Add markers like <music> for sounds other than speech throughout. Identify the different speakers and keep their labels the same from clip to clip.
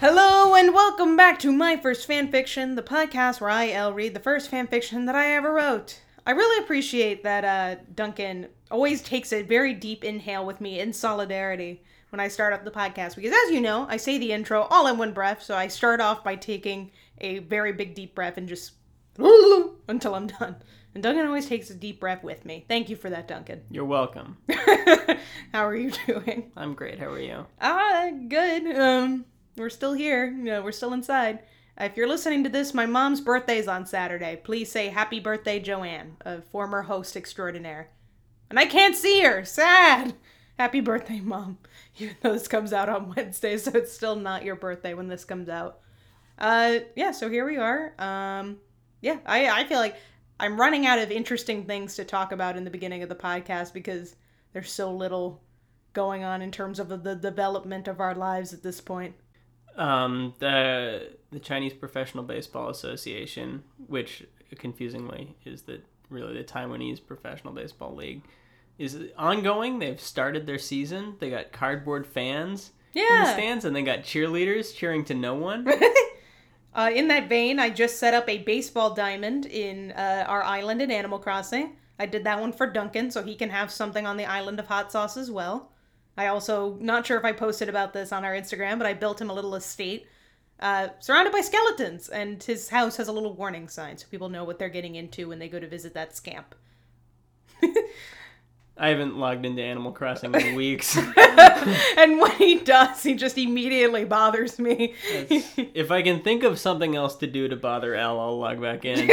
Speaker 1: Hello and welcome back to My First Fanfiction, the podcast where I, L, read the first fanfiction that I ever wrote. I really appreciate that uh, Duncan always takes a very deep inhale with me in solidarity when I start up the podcast because, as you know, I say the intro all in one breath, so I start off by taking a very big deep breath and just <laughs> until I'm done. And Duncan always takes a deep breath with me. Thank you for that, Duncan. <laughs>
Speaker 2: You're welcome.
Speaker 1: How are you doing?
Speaker 2: I'm great. How are you?
Speaker 1: Ah, good. Um, we're still here. You know, we're still inside. If you're listening to this, my mom's birthday's on Saturday. Please say happy birthday, Joanne, a former host extraordinaire. And I can't see her. Sad. Happy birthday, mom. <laughs> Even though this comes out on Wednesday, so it's still not your birthday when this comes out. Uh, yeah. So here we are. Um, yeah. I I feel like I'm running out of interesting things to talk about in the beginning of the podcast because there's so little going on in terms of the development of our lives at this point.
Speaker 2: Um, the the Chinese Professional Baseball Association, which confusingly is the really the Taiwanese Professional Baseball League, is ongoing. They've started their season. They got cardboard fans in the
Speaker 1: Yeah.
Speaker 2: stands, and they got cheerleaders cheering to no one.
Speaker 1: Uh, in that vein, I just set up a baseball diamond in uh, our island in Animal Crossing. I did that one for Duncan, so he can have something on the island of hot sauce as well. I also, not sure if I posted about this on our Instagram, but I built him a little estate uh, surrounded by skeletons, and his house has a little warning sign so people know what they're getting into when they go to visit that scamp. <laughs>
Speaker 2: I haven't logged into Animal Crossing in weeks.
Speaker 1: and when he does, he just immediately bothers me.
Speaker 2: if I can think of something else to do to bother Al, I'll log back in.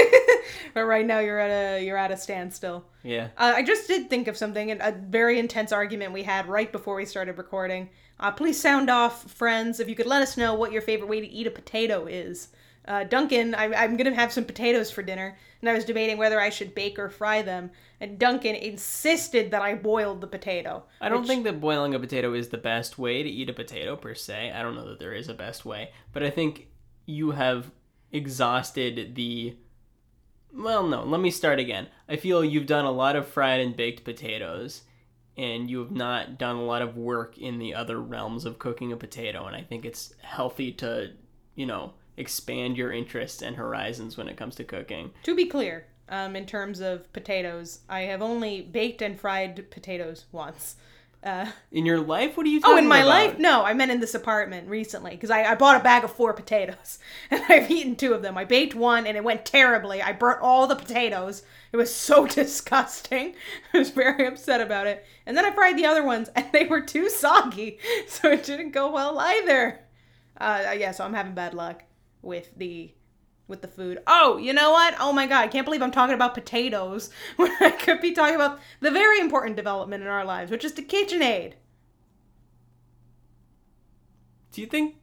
Speaker 1: but right now, you're at a you're at a standstill.
Speaker 2: Yeah.
Speaker 1: Uh, I just did think of something, and a very intense argument we had right before we started recording. Uh, please sound off, friends, if you could let us know what your favorite way to eat a potato is. Uh, Duncan, I, I'm going to have some potatoes for dinner, and I was debating whether I should bake or fry them, and Duncan insisted that I boiled the potato.
Speaker 2: I don't
Speaker 1: which-
Speaker 2: think that boiling a potato is the best way to eat a potato per se. I don't know that there is a best way, but I think you have exhausted the. Well, no, let me start again. I feel you've done a lot of fried and baked potatoes, and you have not done a lot of work in the other realms of cooking a potato, and I think it's healthy to, you know, expand your interests and horizons when it comes to cooking.
Speaker 1: To be clear, um, in terms of potatoes, I have only baked and fried potatoes once. Uh,
Speaker 2: In your life, what are you talking
Speaker 1: Oh, in my
Speaker 2: about?
Speaker 1: life? No, I meant in this apartment recently because I, I bought a bag of four potatoes <laughs> and I've eaten two of them. I baked one and it went terribly. I burnt all the potatoes. It was so <laughs> disgusting. I was very upset about it. And then I fried the other ones and they were too soggy, <laughs> so it didn't go well either. Uh, yeah, so I'm having bad luck with the with the food. Oh, you know what? Oh my god, I can't believe I'm talking about potatoes <laughs> when I could be talking about the very important development in our lives, which is the KitchenAid.
Speaker 2: Do you think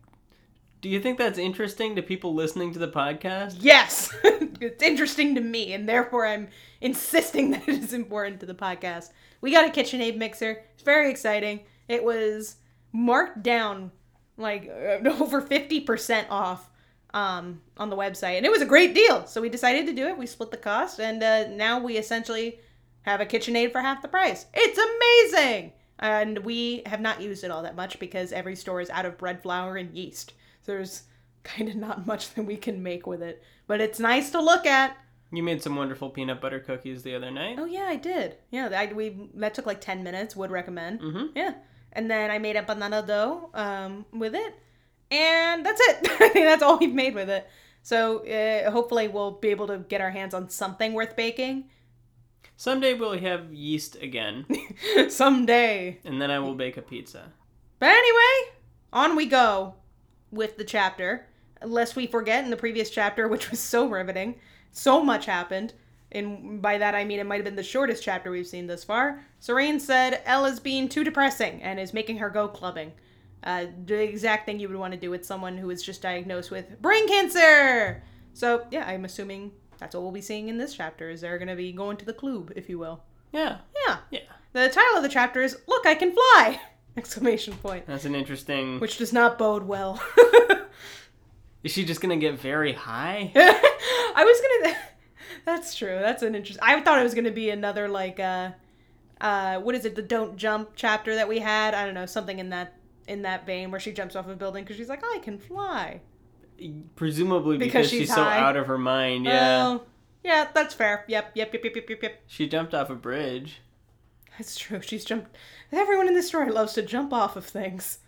Speaker 2: do you think that's interesting to people listening to the podcast?
Speaker 1: Yes, <laughs> it's interesting to me, and therefore I'm insisting <laughs> that it is important to the podcast. We got a KitchenAid mixer. It's very exciting. It was marked down like <laughs> uh, over 50% off um, on the website, and it was a great deal. So we decided to do it. We split the cost, and uh, now we essentially have a KitchenAid for half the price. It's amazing! And we have not used it all that much because every store is out of bread flour and yeast. So there's <laughs> kind of not much that we can make with it. But it's nice to look at.
Speaker 2: You made some wonderful peanut butter cookies the other night.
Speaker 1: Oh yeah, I did. Yeah, I, we that took like ten minutes. Would recommend.
Speaker 2: Mhm.
Speaker 1: Yeah, and then I made a banana dough um, with it, and that's it. <laughs> I think that's all we've made with it. So uh, hopefully we'll be able to get our hands on something worth baking <laughs>
Speaker 2: Someday we'll have yeast again,
Speaker 1: someday.
Speaker 2: and then I will bake a pizza.
Speaker 1: But anyway, on we go with the chapter. Lest we forget in the previous chapter, <laughs> which was so riveting, so much happened. And by that I mean it might have been the shortest chapter we've seen thus far. Serene said Elle is being too depressing and is making her go clubbing. Uh, the exact thing you would want to do with someone who is just diagnosed with brain cancer. So yeah, I'm assuming that's what we'll be seeing in this chapter. Is they're going to be going to the club, if you will.
Speaker 2: Yeah.
Speaker 1: Yeah.
Speaker 2: Yeah.
Speaker 1: The title of the chapter is "Look, I can fly!" <laughs> Exclamation point
Speaker 2: That's an interesting
Speaker 1: which does not bode well. <laughs>
Speaker 2: Is she just gonna get very high?
Speaker 1: I was gonna. <laughs> That's true. That's an interesting. I thought it was gonna be another like uh, uh, what is it? The don't jump chapter that we had. I don't know something in that in that vein where she jumps off a building because she's like, I can fly.
Speaker 2: Presumably because,
Speaker 1: Because
Speaker 2: she's,
Speaker 1: she's
Speaker 2: so
Speaker 1: high.
Speaker 2: out of her mind. Yeah.
Speaker 1: Oh, yeah, that's fair. Yep, yep, yep, yep, yep, yep, yep.
Speaker 2: She jumped off a bridge.
Speaker 1: That's true. She's jumped. Everyone in this story loves to jump off of things.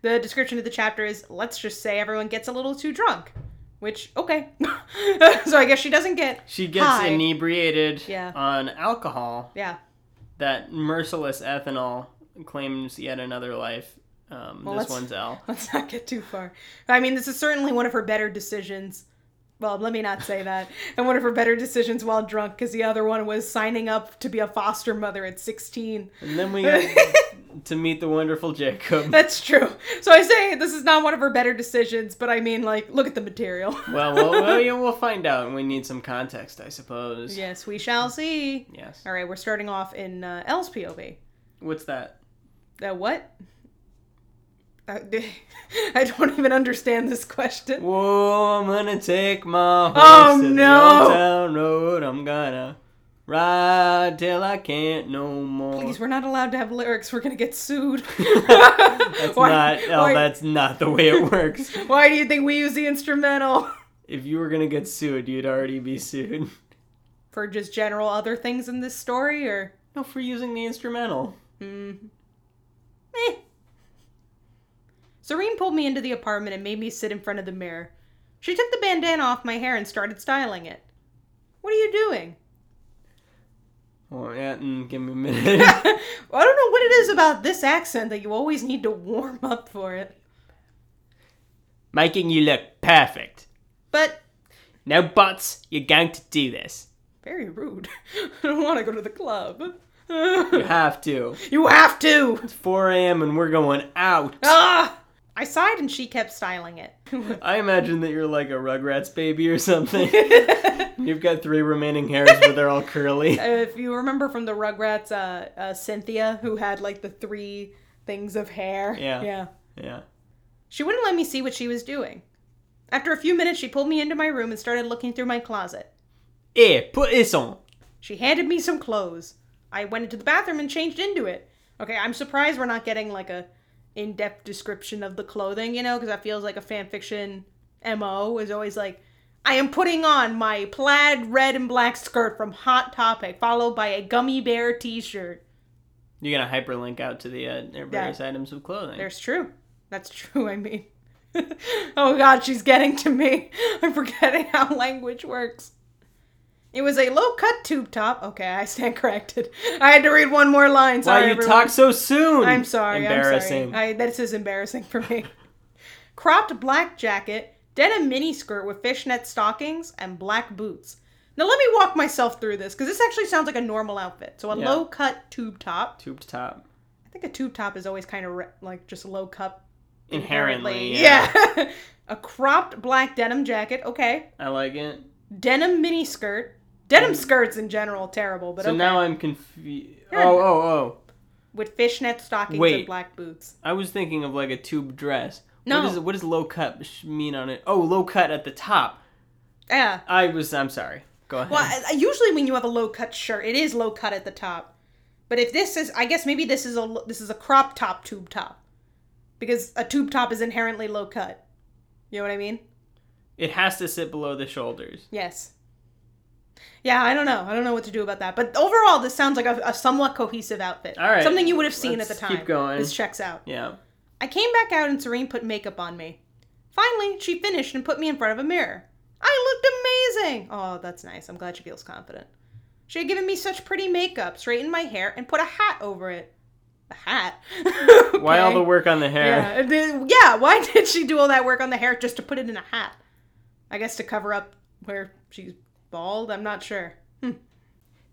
Speaker 1: The description of the chapter is let's just say everyone gets a little too drunk. Which, okay. <laughs> so I guess she doesn't get.
Speaker 2: She gets
Speaker 1: High.
Speaker 2: inebriated
Speaker 1: Yeah.
Speaker 2: on alcohol.
Speaker 1: Yeah.
Speaker 2: That merciless ethanol claims yet another life. Um,
Speaker 1: Well,
Speaker 2: this
Speaker 1: let's- <laughs>
Speaker 2: one's L.
Speaker 1: Let's not get too far. I mean, this is certainly one of her better decisions. Well, let me not say that. And one of her better decisions while drunk, because the other one was signing up to be a foster mother at 16.
Speaker 2: And then we got to meet the wonderful
Speaker 1: <laughs>
Speaker 2: Jacob.
Speaker 1: That's true. So I say this is not one of her better decisions, but I mean, like, look at the material.
Speaker 2: <laughs> well, well, well, yeah, we'll find out. and We need some context, I
Speaker 1: <laughs>
Speaker 2: suppose.
Speaker 1: yes, we shall see.
Speaker 2: Yes.
Speaker 1: All right, we're starting off in uh, L's POV.
Speaker 2: What's that?
Speaker 1: Uh, what? Uh, <laughs> I don't even understand this question.
Speaker 2: Whoa, I'm gonna take my horse
Speaker 1: Oh,
Speaker 2: to
Speaker 1: no.
Speaker 2: the old town road. I'm gonna ride till I can't no more.
Speaker 1: Please, <laughs> we're not allowed to have lyrics. We're gonna get sued.
Speaker 2: <laughs>
Speaker 1: <laughs>
Speaker 2: that's
Speaker 1: Why-
Speaker 2: not. Oh,
Speaker 1: why-
Speaker 2: that's not the way it works.
Speaker 1: Why do you think we use the instrumental <laughs>
Speaker 2: if you were gonna get sued, you'd already be sued.
Speaker 1: for just general other things in this story, or
Speaker 2: No, for using the instrumental.
Speaker 1: hmm? Eh. Serene pulled me into the apartment and made me sit in front of the mirror. She took the bandana off my hair and started styling it. What are you doing? <laughs>
Speaker 2: Oh, yeah, mm, give me a minute. <laughs>
Speaker 1: I don't know what it is about this accent that you always need to warm up for it.
Speaker 2: Making you look perfect.
Speaker 1: But
Speaker 2: Now, bots, you're going to do this.
Speaker 1: very rude. <laughs> I don't want to go to the club. <laughs>
Speaker 2: You have to.
Speaker 1: you have to.
Speaker 2: It's 4 a.m. and we're going out.
Speaker 1: Ah! I sighed and she kept styling <laughs> it.
Speaker 2: I imagine that you're like a Rugrats baby or
Speaker 1: <laughs>
Speaker 2: something. You've got three remaining hairs, but they're all curly.
Speaker 1: <laughs> if you remember from the Rugrats, uh, uh, Cynthia, who had like the three things of hair.
Speaker 2: Yeah.
Speaker 1: Yeah.
Speaker 2: Yeah.
Speaker 1: She wouldn't let me see what she was doing. After a few minutes, she pulled me into my room and started looking through my closet.
Speaker 2: Eh, put this on.
Speaker 1: She handed me some clothes. I went into the bathroom and changed into it. Okay, I'm surprised we're not getting like a in-depth description of the clothing, you know, because that feels like a fan fiction MO is always like, I am putting on my plaid red and black skirt from Hot Topic, followed by a gummy bear t-shirt.
Speaker 2: You're gonna hyperlink out to the uh, various items of clothing.
Speaker 1: There's true. That's true, I mean. <laughs> oh god, she's getting to me. <laughs> I'm forgetting how language works. It was a low cut tube top. Okay, I stand corrected. I had to read one more line.
Speaker 2: Why
Speaker 1: Sorry,
Speaker 2: you
Speaker 1: everyone.
Speaker 2: talk so soon?
Speaker 1: I'm sorry.
Speaker 2: Embarrassing.
Speaker 1: I'm sorry. I, this is embarrassing for me. <laughs> Cropped black jacket, denim mini skirt with fishnet stockings, and black boots. Now let me walk myself through this because this actually sounds like a normal outfit. So a
Speaker 2: Yeah.
Speaker 1: low cut tube top.
Speaker 2: Tube top.
Speaker 1: I think a tube top is always kind of re- like just low cut
Speaker 2: Inherently. Yeah.
Speaker 1: Yeah. <laughs> a cropped black denim jacket. Okay.
Speaker 2: I like it.
Speaker 1: Denim mini skirt. Denim skirts in general terrible, but
Speaker 2: so
Speaker 1: okay.
Speaker 2: now I'm confused.
Speaker 1: You're-
Speaker 2: Oh, oh, oh.
Speaker 1: With fishnet stockings and
Speaker 2: Wait.
Speaker 1: black boots.
Speaker 2: I was thinking of like a tube dress.
Speaker 1: No.
Speaker 2: What, is, what does low cut sh- mean on it? Oh, low cut at the top.
Speaker 1: Yeah.
Speaker 2: I was. I'm sorry. Go ahead.
Speaker 1: Well, I- I- usually when you have a low cut shirt, it is low cut at the top. But if this is, I guess maybe this is a l- this is a crop top tube top, because a tube top is inherently low cut. You know what I mean?
Speaker 2: It has to sit below the shoulders.
Speaker 1: Yes. Yeah, I don't know. I don't know what to do about that. But overall, this sounds like a, a somewhat cohesive outfit.
Speaker 2: All right.
Speaker 1: Something you would have seen
Speaker 2: Let's
Speaker 1: at the time.
Speaker 2: keep going.
Speaker 1: This checks out.
Speaker 2: Yeah.
Speaker 1: I came back out and Serene put makeup on me. Finally, she finished and put me in front of a mirror. I looked amazing! Oh, that's nice. I'm glad she feels confident. She had given me such pretty makeup, straightened my hair, and put a hat over it. A hat? <laughs>
Speaker 2: Why all the
Speaker 1: Okay.
Speaker 2: work on the hair?
Speaker 1: Yeah, the- yeah, why <laughs> did she do all that work on the hair just to put it in a hat? I guess to cover up where she's bald? I'm not sure.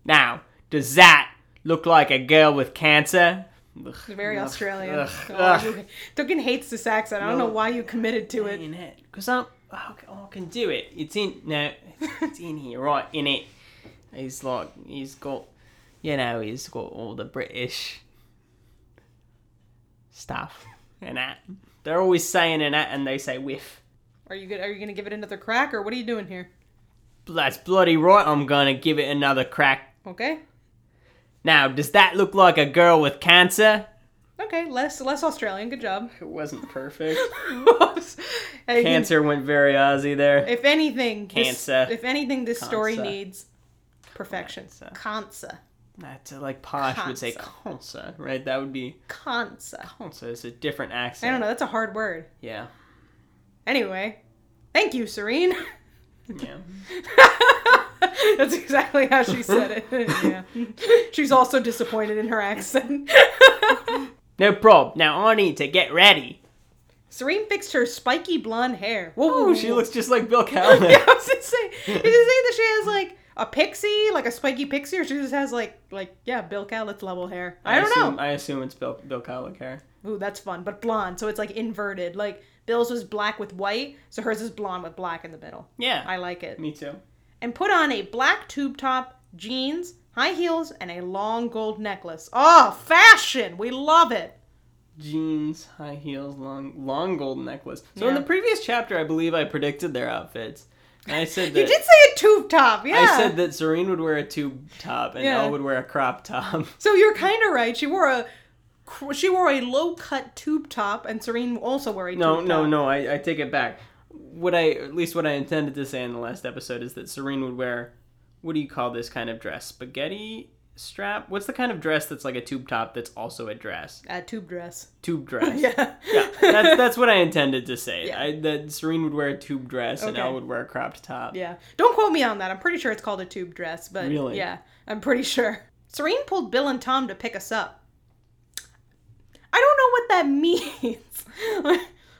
Speaker 2: Now, does that look like a girl with cancer? Ugh,
Speaker 1: Very
Speaker 2: ugh,
Speaker 1: Australian.
Speaker 2: ugh,
Speaker 1: Oh,
Speaker 2: ugh.
Speaker 1: you- Duncan hates this accent. I don't
Speaker 2: No.
Speaker 1: know why you committed to it.
Speaker 2: In it, cause I'm, I can- I can do it. It's in no, it's in here, right? In it. He's like, he's got, you know, he's got all the British stuff and that. They're always saying and that, and they say whiff.
Speaker 1: Are you good? Are you gonna give it another crack, or what are you doing here?
Speaker 2: That's bloody right. I'm gonna give it another crack.
Speaker 1: Okay.
Speaker 2: Now, does that look like a girl with cancer?
Speaker 1: Okay, less less Australian. Good job. <laughs>
Speaker 2: It wasn't perfect.
Speaker 1: Hey,
Speaker 2: <laughs> Cancer went very Aussie there.
Speaker 1: If anything, this-
Speaker 2: Cancer.
Speaker 1: if anything, this story
Speaker 2: Cancer.
Speaker 1: needs perfection.
Speaker 2: Cancer.
Speaker 1: Cancer.
Speaker 2: That's uh, like Posh would say Kansa, right? That would be
Speaker 1: Cancer.
Speaker 2: Kansa. It's a different
Speaker 1: I
Speaker 2: accent.
Speaker 1: don't know. That's a hard word. <laughs>
Speaker 2: Yeah.
Speaker 1: Anyway, thank you, Serene. <laughs>
Speaker 2: Yeah.
Speaker 1: That's exactly how she said it. <laughs> yeah. She's also disappointed in her
Speaker 2: <laughs>
Speaker 1: accent.
Speaker 2: no prob. Now I need to get ready.
Speaker 1: Serene fixed her spiky blonde hair. Whoa,
Speaker 2: Oh,
Speaker 1: <laughs>
Speaker 2: she looks just like Bill Cowley.
Speaker 1: yeah, I was gonna say. Is it saying that she has like a pixie, like a spiky pixie, or she just has like like yeah, Bill Cowlitz level hair? I, don't
Speaker 2: assume,
Speaker 1: know.
Speaker 2: I assume it's Bill Bill Cowlitz hair.
Speaker 1: Ooh, that's fun, but blonde, so it's like inverted. Like Bill's was black with white, so hers is blonde with black in the middle.
Speaker 2: Yeah.
Speaker 1: I like it.
Speaker 2: Me too.
Speaker 1: And put on a black tube top, jeans, high heels, and a long gold necklace. Oh, fashion! We love it.
Speaker 2: Jeans, high heels, long long gold necklace. So in
Speaker 1: Yeah.
Speaker 2: the previous chapter, I believe I predicted their outfits. And I said
Speaker 1: <laughs>
Speaker 2: that
Speaker 1: You did say a tube top, yeah.
Speaker 2: I said that Serene would wear a tube top and
Speaker 1: Yeah.
Speaker 2: Elle would wear a crop top.
Speaker 1: So you're kind of right. She wore a cr- she wore a low cut tube top, and Serene also wore a
Speaker 2: No,
Speaker 1: tube
Speaker 2: no,
Speaker 1: top.
Speaker 2: no. I, I take it back. What I, at least what I intended to say in the last episode is that Serene would wear, what do you call this kind of dress? Spaghetti strap? What's the kind of dress that's like a tube top that's also a dress?
Speaker 1: a tube dress. <laughs>
Speaker 2: Tube dress.
Speaker 1: Yeah,
Speaker 2: yeah. That's that's what I intended to say.
Speaker 1: Yeah.
Speaker 2: I, that Serene would wear a tube dress and
Speaker 1: Okay.
Speaker 2: Elle would wear a cropped top.
Speaker 1: yeah. Don't quote me on that. I'm pretty sure it's called a tube dress, but
Speaker 2: Really?
Speaker 1: yeah, I'm pretty sure. Serene pulled Bill and Tom to pick us up. I don't know what that <laughs> means. what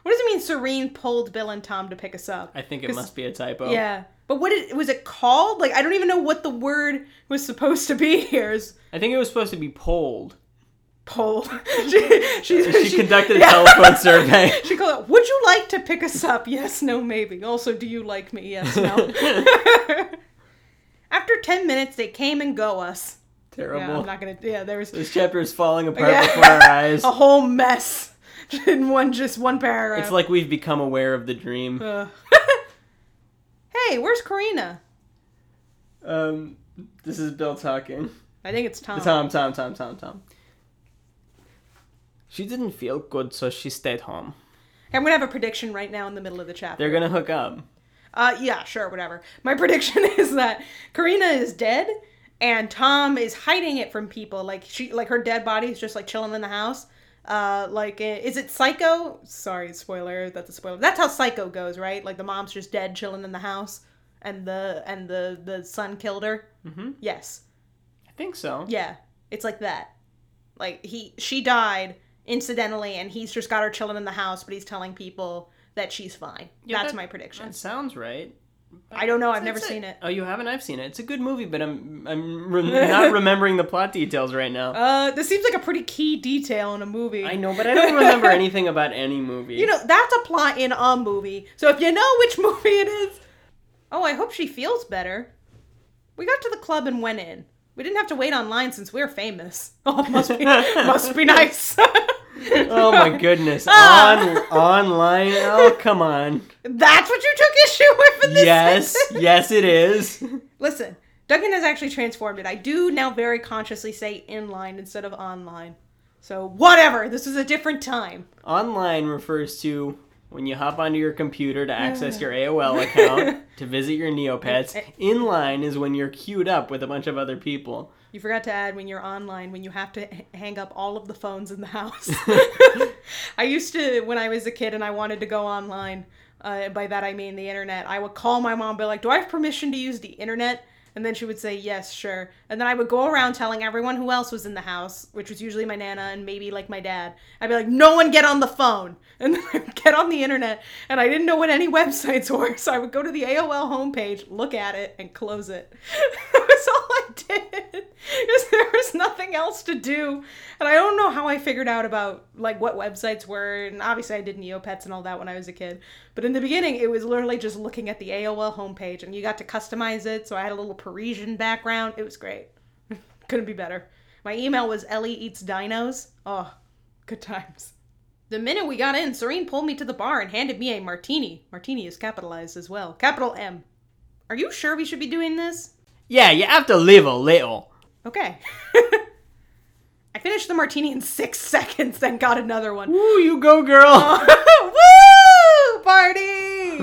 Speaker 1: does it mean? Serene pulled Bill and Tom to pick us up.
Speaker 2: I think it
Speaker 1: 'Cause-
Speaker 2: must be a typo.
Speaker 1: Yeah, but what it, was it called? Like I don't even know what the word was supposed to be <laughs> here. Is
Speaker 2: I think it was supposed to
Speaker 1: <laughs>
Speaker 2: be polled.
Speaker 1: poll. <laughs> she, she,
Speaker 2: She, conducted a
Speaker 1: yeah. <laughs>
Speaker 2: telephone survey.
Speaker 1: She called out, Would you like to pick us up? <laughs> Yes, no, maybe. Also, do you like me? Yes, no.
Speaker 2: <laughs>
Speaker 1: <laughs> After 10 minutes, they came and go us. Yeah,
Speaker 2: Terrible.
Speaker 1: I'm not going to. Yeah, there was
Speaker 2: This chapter is falling apart
Speaker 1: Yeah. Oh,
Speaker 2: before our
Speaker 1: <laughs>
Speaker 2: eyes.
Speaker 1: a whole mess <laughs> in one, just one paragraph.
Speaker 2: It's like we've become aware of the dream.
Speaker 1: Ugh. <laughs> hey, where's Karina?
Speaker 2: Um, this is Bill talking.
Speaker 1: I think it's Tom.
Speaker 2: Tom, Tom, Tom, Tom, Tom. She didn't feel good, so she stayed home.
Speaker 1: I'm going to have a prediction right now in the middle of the chapter.
Speaker 2: They're gonna hook up.
Speaker 1: Uh, yeah, sure, whatever. My <laughs> prediction is that Karina is dead, and Tom is hiding it from people. Like she, like her dead body is just like chilling in the house. Uh, like eh, is it Psycho? Sorry, spoiler. That's a spoiler. That's how Psycho goes, right? Like the mom's just dead, chilling in the house, and the and the the son killed her.
Speaker 2: Mhm.
Speaker 1: Yes.
Speaker 2: I think so.
Speaker 1: Yeah. It's like that. Like he, she died incidentally, and he's just got her chilling in the house, but he's telling people that she's fine.
Speaker 2: Yeah,
Speaker 1: That's
Speaker 2: that-
Speaker 1: my prediction.
Speaker 2: That sounds right.
Speaker 1: I don't know. I've
Speaker 2: That's
Speaker 1: never seen it.
Speaker 2: Oh, you haven't? I've seen it. It's a good movie, but I'm
Speaker 1: <laughs>
Speaker 2: I'm rem- not remembering the plot details right now.
Speaker 1: Uh, this seems like a pretty key detail in a movie.
Speaker 2: I know, but I
Speaker 1: <laughs>
Speaker 2: don't remember anything about any movie.
Speaker 1: You know, that's a plot in a movie. So if you know which <laughs> movie it is. Oh, I hope she feels better. We got to the club and went in. We didn't have to wait online since we're famous. <laughs> Oh, must
Speaker 2: <laughs>
Speaker 1: be, must be nice.
Speaker 2: <laughs> oh my goodness! On
Speaker 1: Ah.
Speaker 2: online? Oh, come on!
Speaker 1: <laughs> That's what you took issue with in <laughs> this
Speaker 2: Yes,
Speaker 1: sentence? <laughs>
Speaker 2: yes, it is.
Speaker 1: Listen, Duggan has actually transformed it. I do now very consciously say inline instead of online. So whatever. This is a different time.
Speaker 2: Online refers to when you hop onto your computer to access your
Speaker 1: <laughs>
Speaker 2: AOL account to visit your Neopets. Inline is when you're queued up with a bunch of other people.
Speaker 1: You forgot to add when you're online, when you have to h- hang up all of the phones in the house. I used to, when I was a kid and I wanted to go online, uh, and by that I mean the internet, I would call my mom, be like, Do I have permission to use the internet? And then she would say, Yes, sure. And then I would go around telling everyone who else was in the house, which was usually my nana and maybe like my dad. I'd be like, No one get on the phone. And then I would get on the internet, and I didn't know what any <laughs> websites were. So I would go to the AOL homepage, look at it, and close it. <laughs> That's all I did <laughs> because there was nothing else to do. And I don't know how I figured out about like what websites were, and obviously I did Neopets and all that when I was a kid. But in the beginning, it was literally just looking at the AOL homepage, and you got to customize it. So I had a little Parisian background. It was great. <laughs> Couldn't be better. My email was Ellie eats dinos. Oh, good times. The minute we got in, Serene pulled me to the bar and handed me a martini. Martini is capitalized as well. Capital M. Are you sure we should be doing this?
Speaker 2: Yeah, you have to live a little.
Speaker 1: Okay. <laughs> I finished the martini in six <laughs> seconds, then got another one.
Speaker 2: Woo, you go, girl.
Speaker 1: <laughs> Woo! Party!
Speaker 2: <laughs>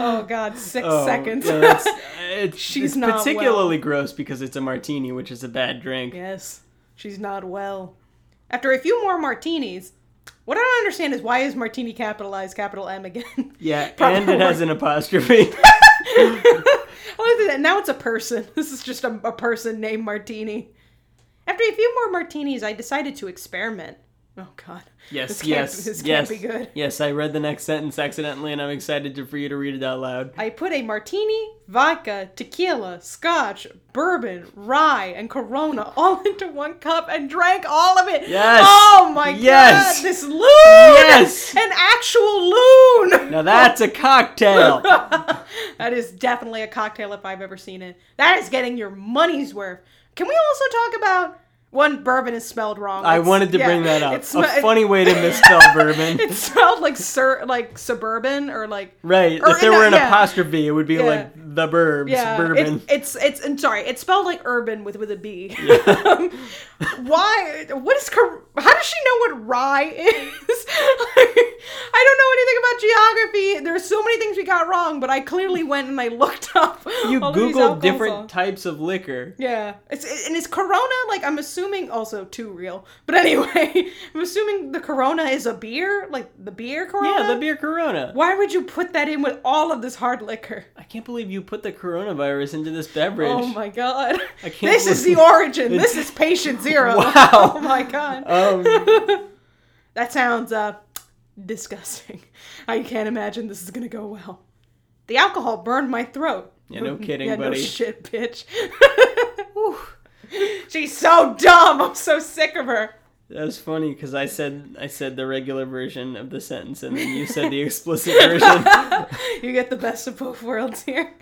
Speaker 1: Oh <laughs> god, six
Speaker 2: Oh,
Speaker 1: seconds.
Speaker 2: yeah, that's- it's,
Speaker 1: She's
Speaker 2: it's
Speaker 1: not
Speaker 2: particularly gross because it's a martini, which is a bad
Speaker 1: <laughs>
Speaker 2: drink.
Speaker 1: yes, she's not well. After a few more martinis, what I don't understand is why is martini capitalized capital M again?
Speaker 2: Yeah,
Speaker 1: <laughs> Probably
Speaker 2: and it has an apostrophe.
Speaker 1: I like that. Now it's a person. <laughs> This is just a, a person named Martini. After a few more martinis, I decided to experiment. Oh God.
Speaker 2: <laughs> yes,
Speaker 1: This can't-
Speaker 2: yes,
Speaker 1: this can't
Speaker 2: yes.
Speaker 1: be good.
Speaker 2: Yes, I read the next sentence accidentally, and I'm excited to, for you to read it out loud.
Speaker 1: I put a martini, vodka, tequila, scotch, bourbon, rye, and Corona all <laughs> into one cup and drank all of it.
Speaker 2: Yes.
Speaker 1: Oh my
Speaker 2: Yes.
Speaker 1: God! This loon.
Speaker 2: Yes.
Speaker 1: An actual loon.
Speaker 2: Now that's a cocktail.
Speaker 1: <laughs> that is definitely a cocktail if I've ever seen it. That is getting your money's worth. Can we also talk about one bourbon is smelled wrong?
Speaker 2: I
Speaker 1: It's-
Speaker 2: wanted to
Speaker 1: yeah,
Speaker 2: bring that up.
Speaker 1: it smell-
Speaker 2: a funny way to
Speaker 1: <laughs>
Speaker 2: misspell bourbon.
Speaker 1: It smelled like sur- like suburban or like
Speaker 2: Right.
Speaker 1: Or
Speaker 2: if there
Speaker 1: no,
Speaker 2: were an
Speaker 1: yeah.
Speaker 2: apostrophe, it would be
Speaker 1: Yeah.
Speaker 2: like the burbs,
Speaker 1: yeah.
Speaker 2: bourbon.
Speaker 1: It, it's it's and sorry, it's spelled like urban with with a B. <laughs> Why? What is? Cor- How does she know what rye is? <laughs> I don't know anything about geography. There's so many things we got wrong, but I clearly went and I looked up.
Speaker 2: you
Speaker 1: all of these
Speaker 2: Google
Speaker 1: alcohols.
Speaker 2: different types of liquor.
Speaker 1: Yeah. It's it- and is Corona like I'm assuming also too real. But anyway, <laughs> I'm assuming the Corona is a beer, like the beer Corona.
Speaker 2: Yeah, the beer Corona.
Speaker 1: Why would you put that in with all of this hard liquor?
Speaker 2: I can't believe you put the coronavirus into this beverage.
Speaker 1: Oh my god.
Speaker 2: I
Speaker 1: <laughs>
Speaker 2: can't
Speaker 1: This is the
Speaker 2: believe-
Speaker 1: origin. This is
Speaker 2: <laughs>
Speaker 1: patient zero.
Speaker 2: <laughs> Wow.
Speaker 1: <laughs> Oh my god. <laughs>
Speaker 2: Um,
Speaker 1: That sounds uh disgusting. <laughs> I can't imagine this is gonna go well. The alcohol burned my throat.
Speaker 2: Yeah, no kidding,
Speaker 1: yeah, No
Speaker 2: buddy.
Speaker 1: shit, bitch. <laughs> Whew. She's so dumb. I'm so sick of her.
Speaker 2: that was funny because I said I said the regular version of the sentence, and then you said the explicit version.
Speaker 1: <laughs> you get the best of both worlds here.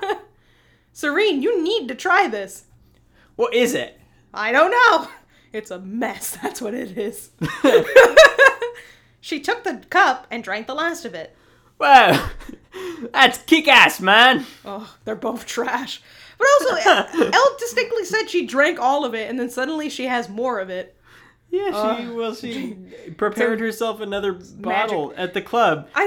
Speaker 1: <laughs> Serene, you need to try this.
Speaker 2: What is it?
Speaker 1: I don't know. It's a mess. That's what it
Speaker 2: <laughs>
Speaker 1: is. she took the cup and drank the last of it.
Speaker 2: Wow, that's kick ass, man.
Speaker 1: Oh, they're both trash. But
Speaker 2: <laughs>
Speaker 1: also, Elle distinctly said she drank all of it, and then suddenly she has more of it.
Speaker 2: Yeah,
Speaker 1: Uh,
Speaker 2: she
Speaker 1: <laughs>
Speaker 2: well she prepared herself another bottle at the club.
Speaker 1: I, <laughs> I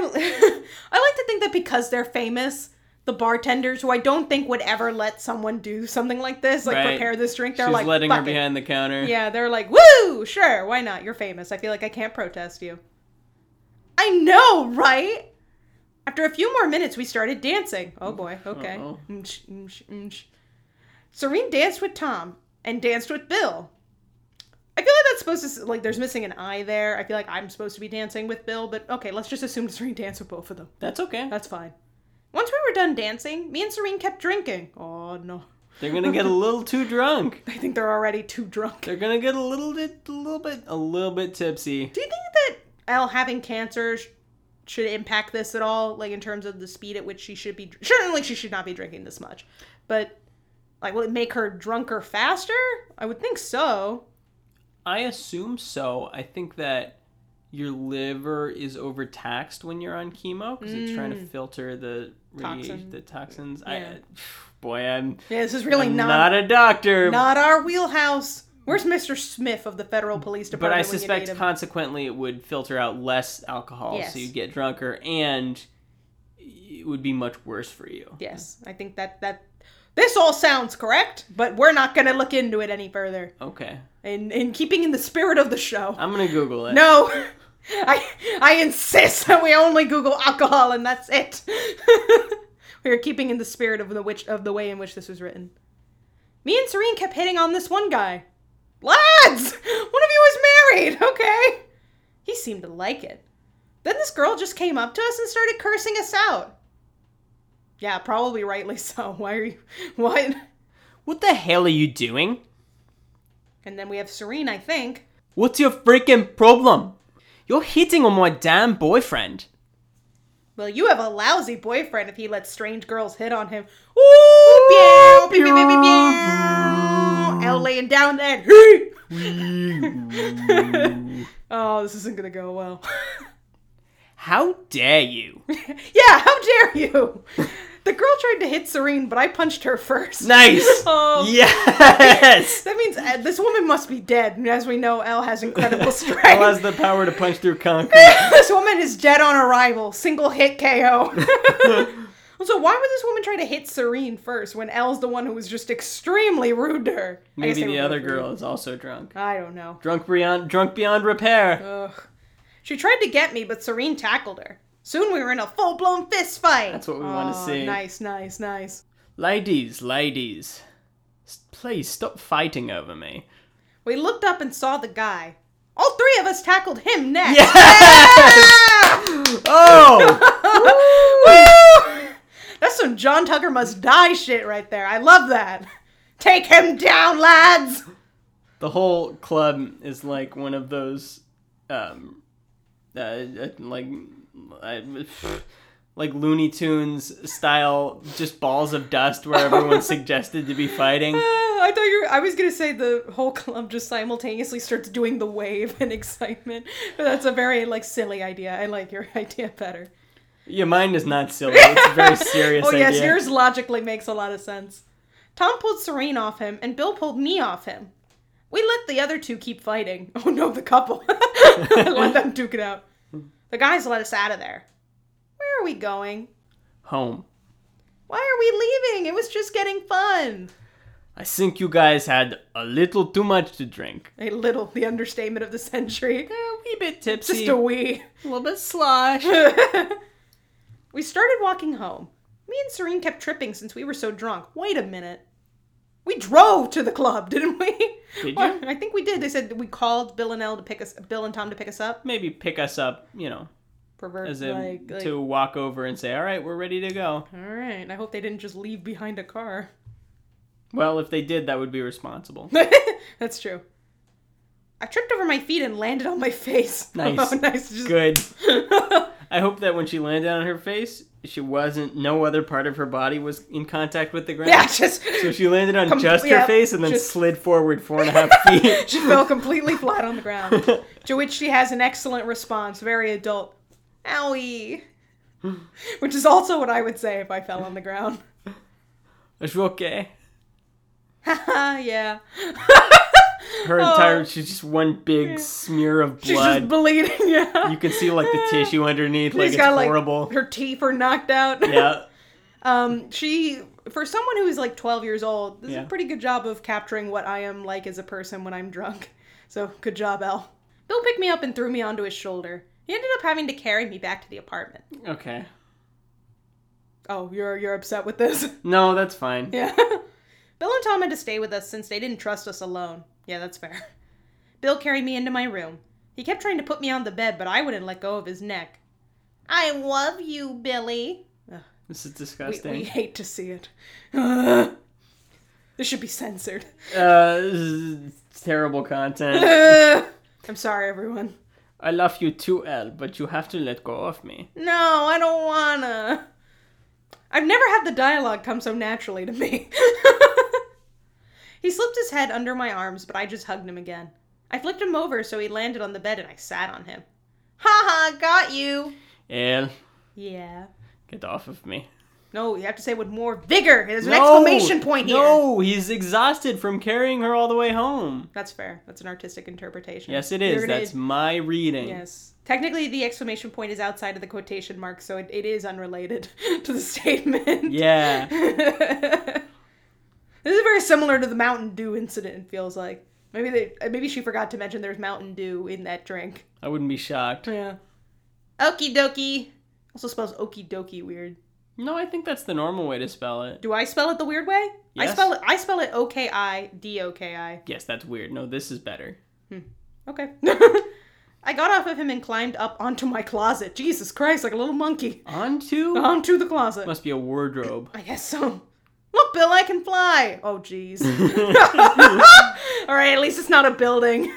Speaker 1: like to think that because they're famous, the bartenders, who I don't think would ever let someone do something like this, like
Speaker 2: Right.
Speaker 1: prepare this drink, they're
Speaker 2: She's
Speaker 1: like,
Speaker 2: letting her
Speaker 1: "Fuck it."
Speaker 2: behind the counter.
Speaker 1: Yeah, they're like, woo, sure, why not? You're famous. I feel like I can't protest you. I know, right? After a few more minutes, we started dancing. Oh boy, okay.
Speaker 2: Uh-oh.
Speaker 1: Mm-sh, mm-sh, mm-sh. Serene danced with Tom and danced with Bill. I feel like that's supposed to, s- like, there's missing an eye there. I feel like I'm supposed to be dancing with Bill, but okay, let's just assume <laughs> Serene danced with both of them.
Speaker 2: That's okay.
Speaker 1: That's fine. Once we were done dancing, me and Serene kept drinking. Oh no. <laughs>
Speaker 2: They're gonna get a little too drunk.
Speaker 1: I think they're already too drunk.
Speaker 2: They're gonna get a little bit, a little bit, a little bit tipsy.
Speaker 1: Do you think that Elle having cancer sh- should impact this at all? Like in terms of the speed at which she should be certainly she should not be drinking this much, but like will it make her drunker faster? I would think so.
Speaker 2: I assume so. I think that your liver is overtaxed when you're on chemo because it's trying to filter the radi-
Speaker 1: Mm. Toxin.
Speaker 2: the toxins.
Speaker 1: Yeah.
Speaker 2: I, <sighs> boy, I'm,
Speaker 1: Yeah, this is really
Speaker 2: I'm
Speaker 1: not
Speaker 2: not,
Speaker 1: not,
Speaker 2: a doctor,
Speaker 1: our wheelhouse. Where's Mr. Smith of the Federal Police
Speaker 2: but I
Speaker 1: Department? when you need
Speaker 2: suspect
Speaker 1: him?
Speaker 2: consequently it would filter out less alcohol,
Speaker 1: Yes.
Speaker 2: so you get drunker, and it would be much worse for you.
Speaker 1: yes, I think that that this all sounds correct, but we're not going to look into it any further.
Speaker 2: Okay,
Speaker 1: In in keeping in the spirit of the show.
Speaker 2: I'm gonna Google it.
Speaker 1: No, <laughs> I I insist that we only Google alcohol and that's it. <laughs> we are keeping in the spirit of the which of the way in which this was written. Me and Serene kept hitting on this one guy. Lads, one of you is married, okay? He seemed to like it. Then this girl just came up to us and started cursing us out. Yeah, probably rightly <laughs> so. Why are you what?
Speaker 2: What the hell are you doing?
Speaker 1: And then we have Serene, I think.
Speaker 2: What's your freaking problem? You're hitting on my damn boyfriend.
Speaker 1: Well, you have a lousy boyfriend if he lets strange girls hit on him. Ooh, pew, pew, pew, pew, pew, pew. L laying down that. <laughs> oh, this isn't gonna go well. <laughs>
Speaker 2: How dare you?
Speaker 1: yeah, how dare you? The girl tried to hit Serene, but I punched her first.
Speaker 2: Nice.
Speaker 1: Oh. <laughs>
Speaker 2: Yes.
Speaker 1: That means uh, this woman must be dead. And as we know, Elle has <laughs> incredible strength.
Speaker 2: Elle has the power to punch through concrete.
Speaker 1: <laughs> this woman is dead on arrival. Single hit KO. <laughs> also, why would this woman try to hit Serene first when Elle's the one who was just extremely rude to her? I guess
Speaker 2: Maybe
Speaker 1: they
Speaker 2: the
Speaker 1: were
Speaker 2: other
Speaker 1: both rude.
Speaker 2: girl is also drunk.
Speaker 1: I don't know.
Speaker 2: Drunk beyond drunk beyond repair.
Speaker 1: Ugh. She tried to get me, but Serene tackled her. Soon we were in a full blown fist fight.
Speaker 2: That's what we wanna
Speaker 1: Aw,
Speaker 2: see.
Speaker 1: Nice, nice, nice.
Speaker 2: Ladies, ladies. s- Please stop fighting over me.
Speaker 1: We looked up and saw the guy. All three of us tackled him next.
Speaker 2: Yes! Oh!
Speaker 1: Woo! That's some John Tucker must die shit right there. I love that. Take him down, lads.
Speaker 2: <laughs> the whole club is like one of those um uh, uh, like I, <sighs> like Looney Tunes style just balls of dust
Speaker 1: <laughs>
Speaker 2: where everyone's suggested to be fighting.
Speaker 1: I thought you. Were, I was gonna say the whole <laughs> club just simultaneously starts doing the wave in excitement. But that's a very like silly idea. I like your <laughs> idea better.
Speaker 2: Yeah, mine is not silly. It's a very serious
Speaker 1: <laughs> oh yes,
Speaker 2: idea.
Speaker 1: yours logically makes a lot of sense. Tom pulled Serene off him, and Bill pulled me off him. We let the other two keep fighting. <laughs> Oh no, the couple. let them duke it out. The guys let us out of there. Where are we going?
Speaker 2: Home.
Speaker 1: Why are we leaving? It was just getting fun.
Speaker 2: I think you guys had a little too much to drink.
Speaker 1: A little, the understatement of the century.
Speaker 2: A wee bit
Speaker 1: Just
Speaker 2: tipsy.
Speaker 1: a wee.
Speaker 2: little bit slosh.
Speaker 1: <laughs> we started walking home. Me and Serene kept tripping since we were so drunk. Wait a minute. We drove to the club, <laughs> didn't we?
Speaker 2: Did
Speaker 1: Well, I think we did. They said we called Bill and Elle to pick us, Bill and Tom to pick us up.
Speaker 2: Maybe pick us up, you know,
Speaker 1: Pervert,
Speaker 2: as in
Speaker 1: like, like-
Speaker 2: to walk over and say, all right, we're ready to go.
Speaker 1: All right. I hope they didn't just leave behind a car. <laughs>
Speaker 2: Well, if they did, that would be responsible.
Speaker 1: That's true. I tripped over my feet and landed on my face. <laughs>
Speaker 2: Nice.
Speaker 1: Oh, nice. Just-
Speaker 2: Good. I hope that when she landed on her face, she wasn't, no other part of her body was in contact with the
Speaker 1: <laughs>
Speaker 2: ground.
Speaker 1: yeah, just
Speaker 2: So she landed on
Speaker 1: Com-
Speaker 2: just her
Speaker 1: yeah,
Speaker 2: face and then
Speaker 1: just-
Speaker 2: slid forward four and
Speaker 1: <laughs>
Speaker 2: a half feet.
Speaker 1: she fell completely flat on the ground.
Speaker 2: <laughs>
Speaker 1: To which she has an excellent response, very adult. Owie.
Speaker 2: <sighs>
Speaker 1: Which is also what I would say if I fell on the
Speaker 2: <laughs>
Speaker 1: ground.
Speaker 2: Is she okay?
Speaker 1: Haha, yeah.
Speaker 2: Her entire she's just one big smear
Speaker 1: <laughs>
Speaker 2: of
Speaker 1: Oh. She's
Speaker 2: blood.
Speaker 1: just bleeding, yeah.
Speaker 2: you can see like
Speaker 1: <laughs>
Speaker 2: the tissue underneath, like
Speaker 1: She's
Speaker 2: it's
Speaker 1: got, like,
Speaker 2: horrible.
Speaker 1: <laughs> Her teeth are knocked out.
Speaker 2: yeah.
Speaker 1: <laughs> Um, she, for someone who is like 12 years old, this is
Speaker 2: Yeah.
Speaker 1: a pretty good job of capturing what I am like as a person when I'm drunk. So, good job, Elle. Bill picked me up and threw me onto his shoulder. He ended up having to carry me back to the apartment.
Speaker 2: Okay.
Speaker 1: Oh, you're you're upset with this?
Speaker 2: No, that's fine.
Speaker 1: Yeah. <laughs> Bill and Tom had to stay with us since they didn't trust us alone. Yeah, that's fair. <laughs> Bill carried me into my room. He kept trying to put me on the bed, but I wouldn't let go of his neck. I love you, Billy.
Speaker 2: This is
Speaker 1: We,
Speaker 2: disgusting.
Speaker 1: we hate to see it. Ugh. This should be censored.
Speaker 2: Uh, this is terrible content.
Speaker 1: Ugh. I'm sorry, everyone.
Speaker 2: I love you too, L, but you have to let go of me.
Speaker 1: No, I don't wanna. I've never had the dialogue come so naturally to me. <laughs> he slipped his head under my arms, but I just hugged him again. I flicked him over so he landed on the bed and I sat on him. Ha ha, got you!
Speaker 2: L,
Speaker 1: Yeah.
Speaker 2: get off of me.
Speaker 1: No, you have to say it with more vigor. There's an exclamation point here.
Speaker 2: No, he's exhausted from carrying her all the way home.
Speaker 1: That's fair. That's an artistic interpretation.
Speaker 2: Yes, it
Speaker 1: You're
Speaker 2: is.
Speaker 1: gonna-
Speaker 2: That's my reading.
Speaker 1: Yes. Technically, the exclamation point is outside of the quotation mark, so it, it is unrelated <laughs> to the statement.
Speaker 2: Yeah.
Speaker 1: <laughs> this is very similar to the Mountain Dew incident. It feels like maybe they uh, maybe she forgot to mention there's Mountain Dew in that drink.
Speaker 2: I wouldn't be shocked.
Speaker 1: Yeah. Okie dokie. Also spells okie dokie weird.
Speaker 2: No, I think that's the normal way to spell it.
Speaker 1: Do I spell it the weird way? I
Speaker 2: Yes.
Speaker 1: spell it. I spell it O K I D O K I.
Speaker 2: Yes, that's weird. No, this is better.
Speaker 1: Okay. <laughs> I got off of him and climbed up onto my closet. Jesus Christ, like a little monkey.
Speaker 2: On
Speaker 1: <laughs>
Speaker 2: to?
Speaker 1: Onto the closet.
Speaker 2: Must be
Speaker 1: <laughs>
Speaker 2: a wardrobe.
Speaker 1: I guess so. Look, Bill, I can fly. Oh, jeez. <laughs> All right, at least it's not a building.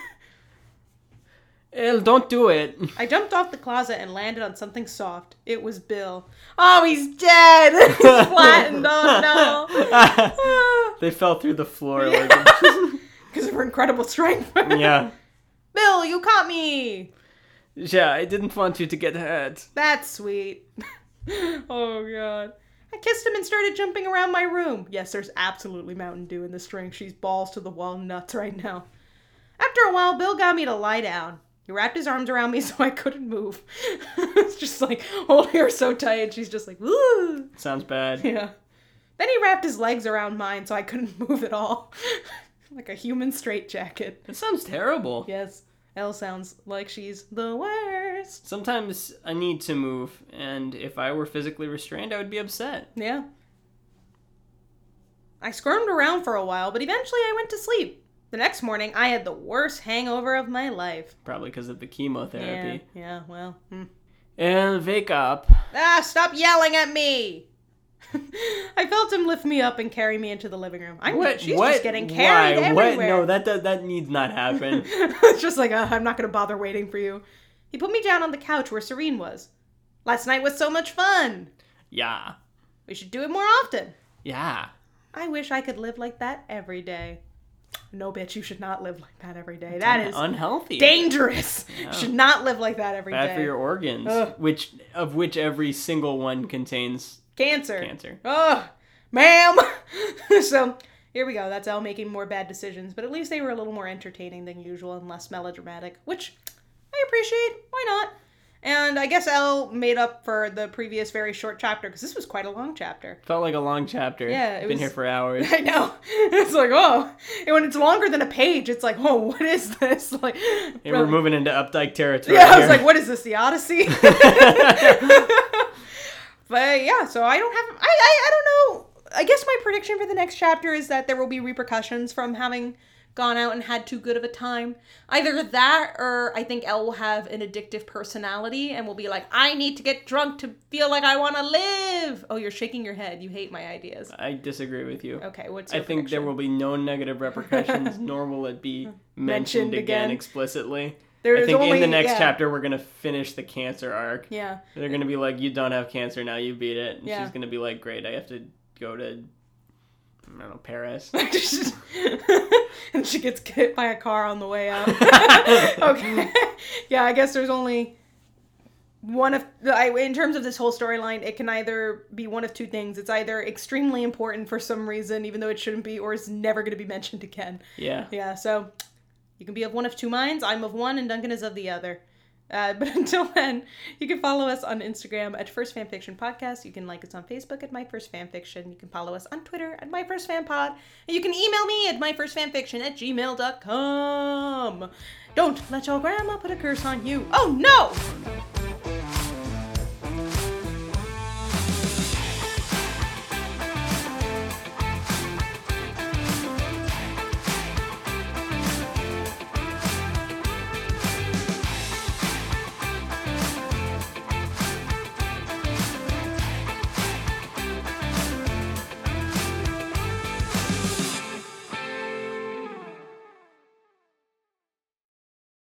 Speaker 2: L, don't do it.
Speaker 1: I jumped off the closet and landed on something soft. It was Bill. Oh, he's dead. <laughs> he's flattened. Oh no.
Speaker 2: <laughs> they fell through the floor. Like,
Speaker 1: <laughs> Because of her incredible strength.
Speaker 2: yeah.
Speaker 1: <laughs> Bill, you caught me.
Speaker 2: Yeah, I didn't want you to get hurt.
Speaker 1: That's sweet. <laughs> oh god. I I kissed him and started jumping around my room. Yes, there's absolutely Mountain Dew in this drink. She's balls to the wall nuts right now. After a while, Bill got me to lie down. He wrapped his arms around me <laughs> so I couldn't move. <laughs> it's just like holding her so tight, and she's just like, woo!
Speaker 2: Sounds bad.
Speaker 1: Yeah. Then he wrapped his legs around mine so I couldn't <laughs> move at all. like a human straitjacket.
Speaker 2: That sounds terrible.
Speaker 1: Yes, Elle sounds like she's the worst.
Speaker 2: Sometimes I need to move, and if I were physically restrained, I would be upset.
Speaker 1: Yeah. I squirmed around for a while, but eventually I went to sleep. The next morning, I had the worst hangover of my life.
Speaker 2: Probably because of the chemotherapy.
Speaker 1: Yeah, yeah, well. hmm.
Speaker 2: And wake up.
Speaker 1: Ah, stop yelling at me! <laughs> I felt him lift me up and carry me into the living room. I'm
Speaker 2: What?
Speaker 1: she's
Speaker 2: what?
Speaker 1: just getting carried
Speaker 2: Why?
Speaker 1: everywhere.
Speaker 2: What? No, that, that that needs not happen.
Speaker 1: <laughs> it's just like, uh, I'm not going to bother waiting for you. He put me down on the couch where Serene was. Last night was so much fun.
Speaker 2: yeah.
Speaker 1: We should do it more often.
Speaker 2: Yeah.
Speaker 1: I wish I could live like that every day. No, bitch, you should not live like that every day. That is
Speaker 2: unhealthy.
Speaker 1: dangerous.
Speaker 2: Yeah.
Speaker 1: Should not live like that every day.
Speaker 2: Bad for your organs,
Speaker 1: Ugh.
Speaker 2: which of which every single one contains
Speaker 1: cancer.
Speaker 2: cancer.
Speaker 1: Oh, ma'am. <laughs> so here we go. That's Elle making more bad decisions, but at least they were a little more entertaining than usual and less melodramatic, which I appreciate. Why not? And I guess Elle made up for the previous very short chapter because this was quite a long chapter.
Speaker 2: Felt like a long chapter.
Speaker 1: Yeah, it
Speaker 2: been
Speaker 1: was-
Speaker 2: here
Speaker 1: <laughs>
Speaker 2: for hours.
Speaker 1: I know. It's like, oh. And when it's longer than a page, it's like, oh, what is this? <laughs> Like,
Speaker 2: And we're moving into Updike territory.
Speaker 1: Yeah, I was
Speaker 2: here.
Speaker 1: like, what is this, the
Speaker 2: <laughs>
Speaker 1: Odyssey? <laughs> but yeah, so I don't have, I, I, I don't know. I guess my prediction for the next chapter is that there will be repercussions from having gone out and had too good of a time. Either that, or I think Elle will have an addictive personality and will be like, I need to get drunk to feel like I want to live. Oh, you're shaking your head. You hate my ideas.
Speaker 2: I disagree with you.
Speaker 1: Okay, what's
Speaker 2: Uh, I
Speaker 1: your
Speaker 2: think there will be no
Speaker 1: <laughs>
Speaker 2: negative repercussions, nor will it be mentioned,
Speaker 1: Mentioned
Speaker 2: again,
Speaker 1: again.
Speaker 2: explicitly.
Speaker 1: There
Speaker 2: I
Speaker 1: is
Speaker 2: think in the
Speaker 1: only-
Speaker 2: next
Speaker 1: yeah.
Speaker 2: chapter we're gonna finish the cancer arc.
Speaker 1: Yeah. <laughs>
Speaker 2: They're gonna be like, "You don't have cancer now. You beat it." And
Speaker 1: Yeah.
Speaker 2: she's gonna be like, "Great, I have to go to, I don't know,
Speaker 1: <laughs>
Speaker 2: Paris."
Speaker 1: and she gets hit by a car on the way
Speaker 2: <laughs>
Speaker 1: out. okay. Yeah, I guess there's only one of I, in terms of this whole storyline, it can either be one of two things. It's either extremely important for some reason, even though it shouldn't be, or it's never going to be mentioned again.
Speaker 2: yeah.
Speaker 1: Yeah, so you can be of one of two minds. I'm of one, and Duncan is of the other. Uh, <laughs> but until then, you can follow us on Instagram at First Fan Fiction Podcast. You can like us on Facebook at My First Fan Fiction. You can follow us on Twitter at My First Fan Pod. And you can email me at MyFirstFanFiction at gmail.com. Don't let your grandma put a curse on you. Oh no!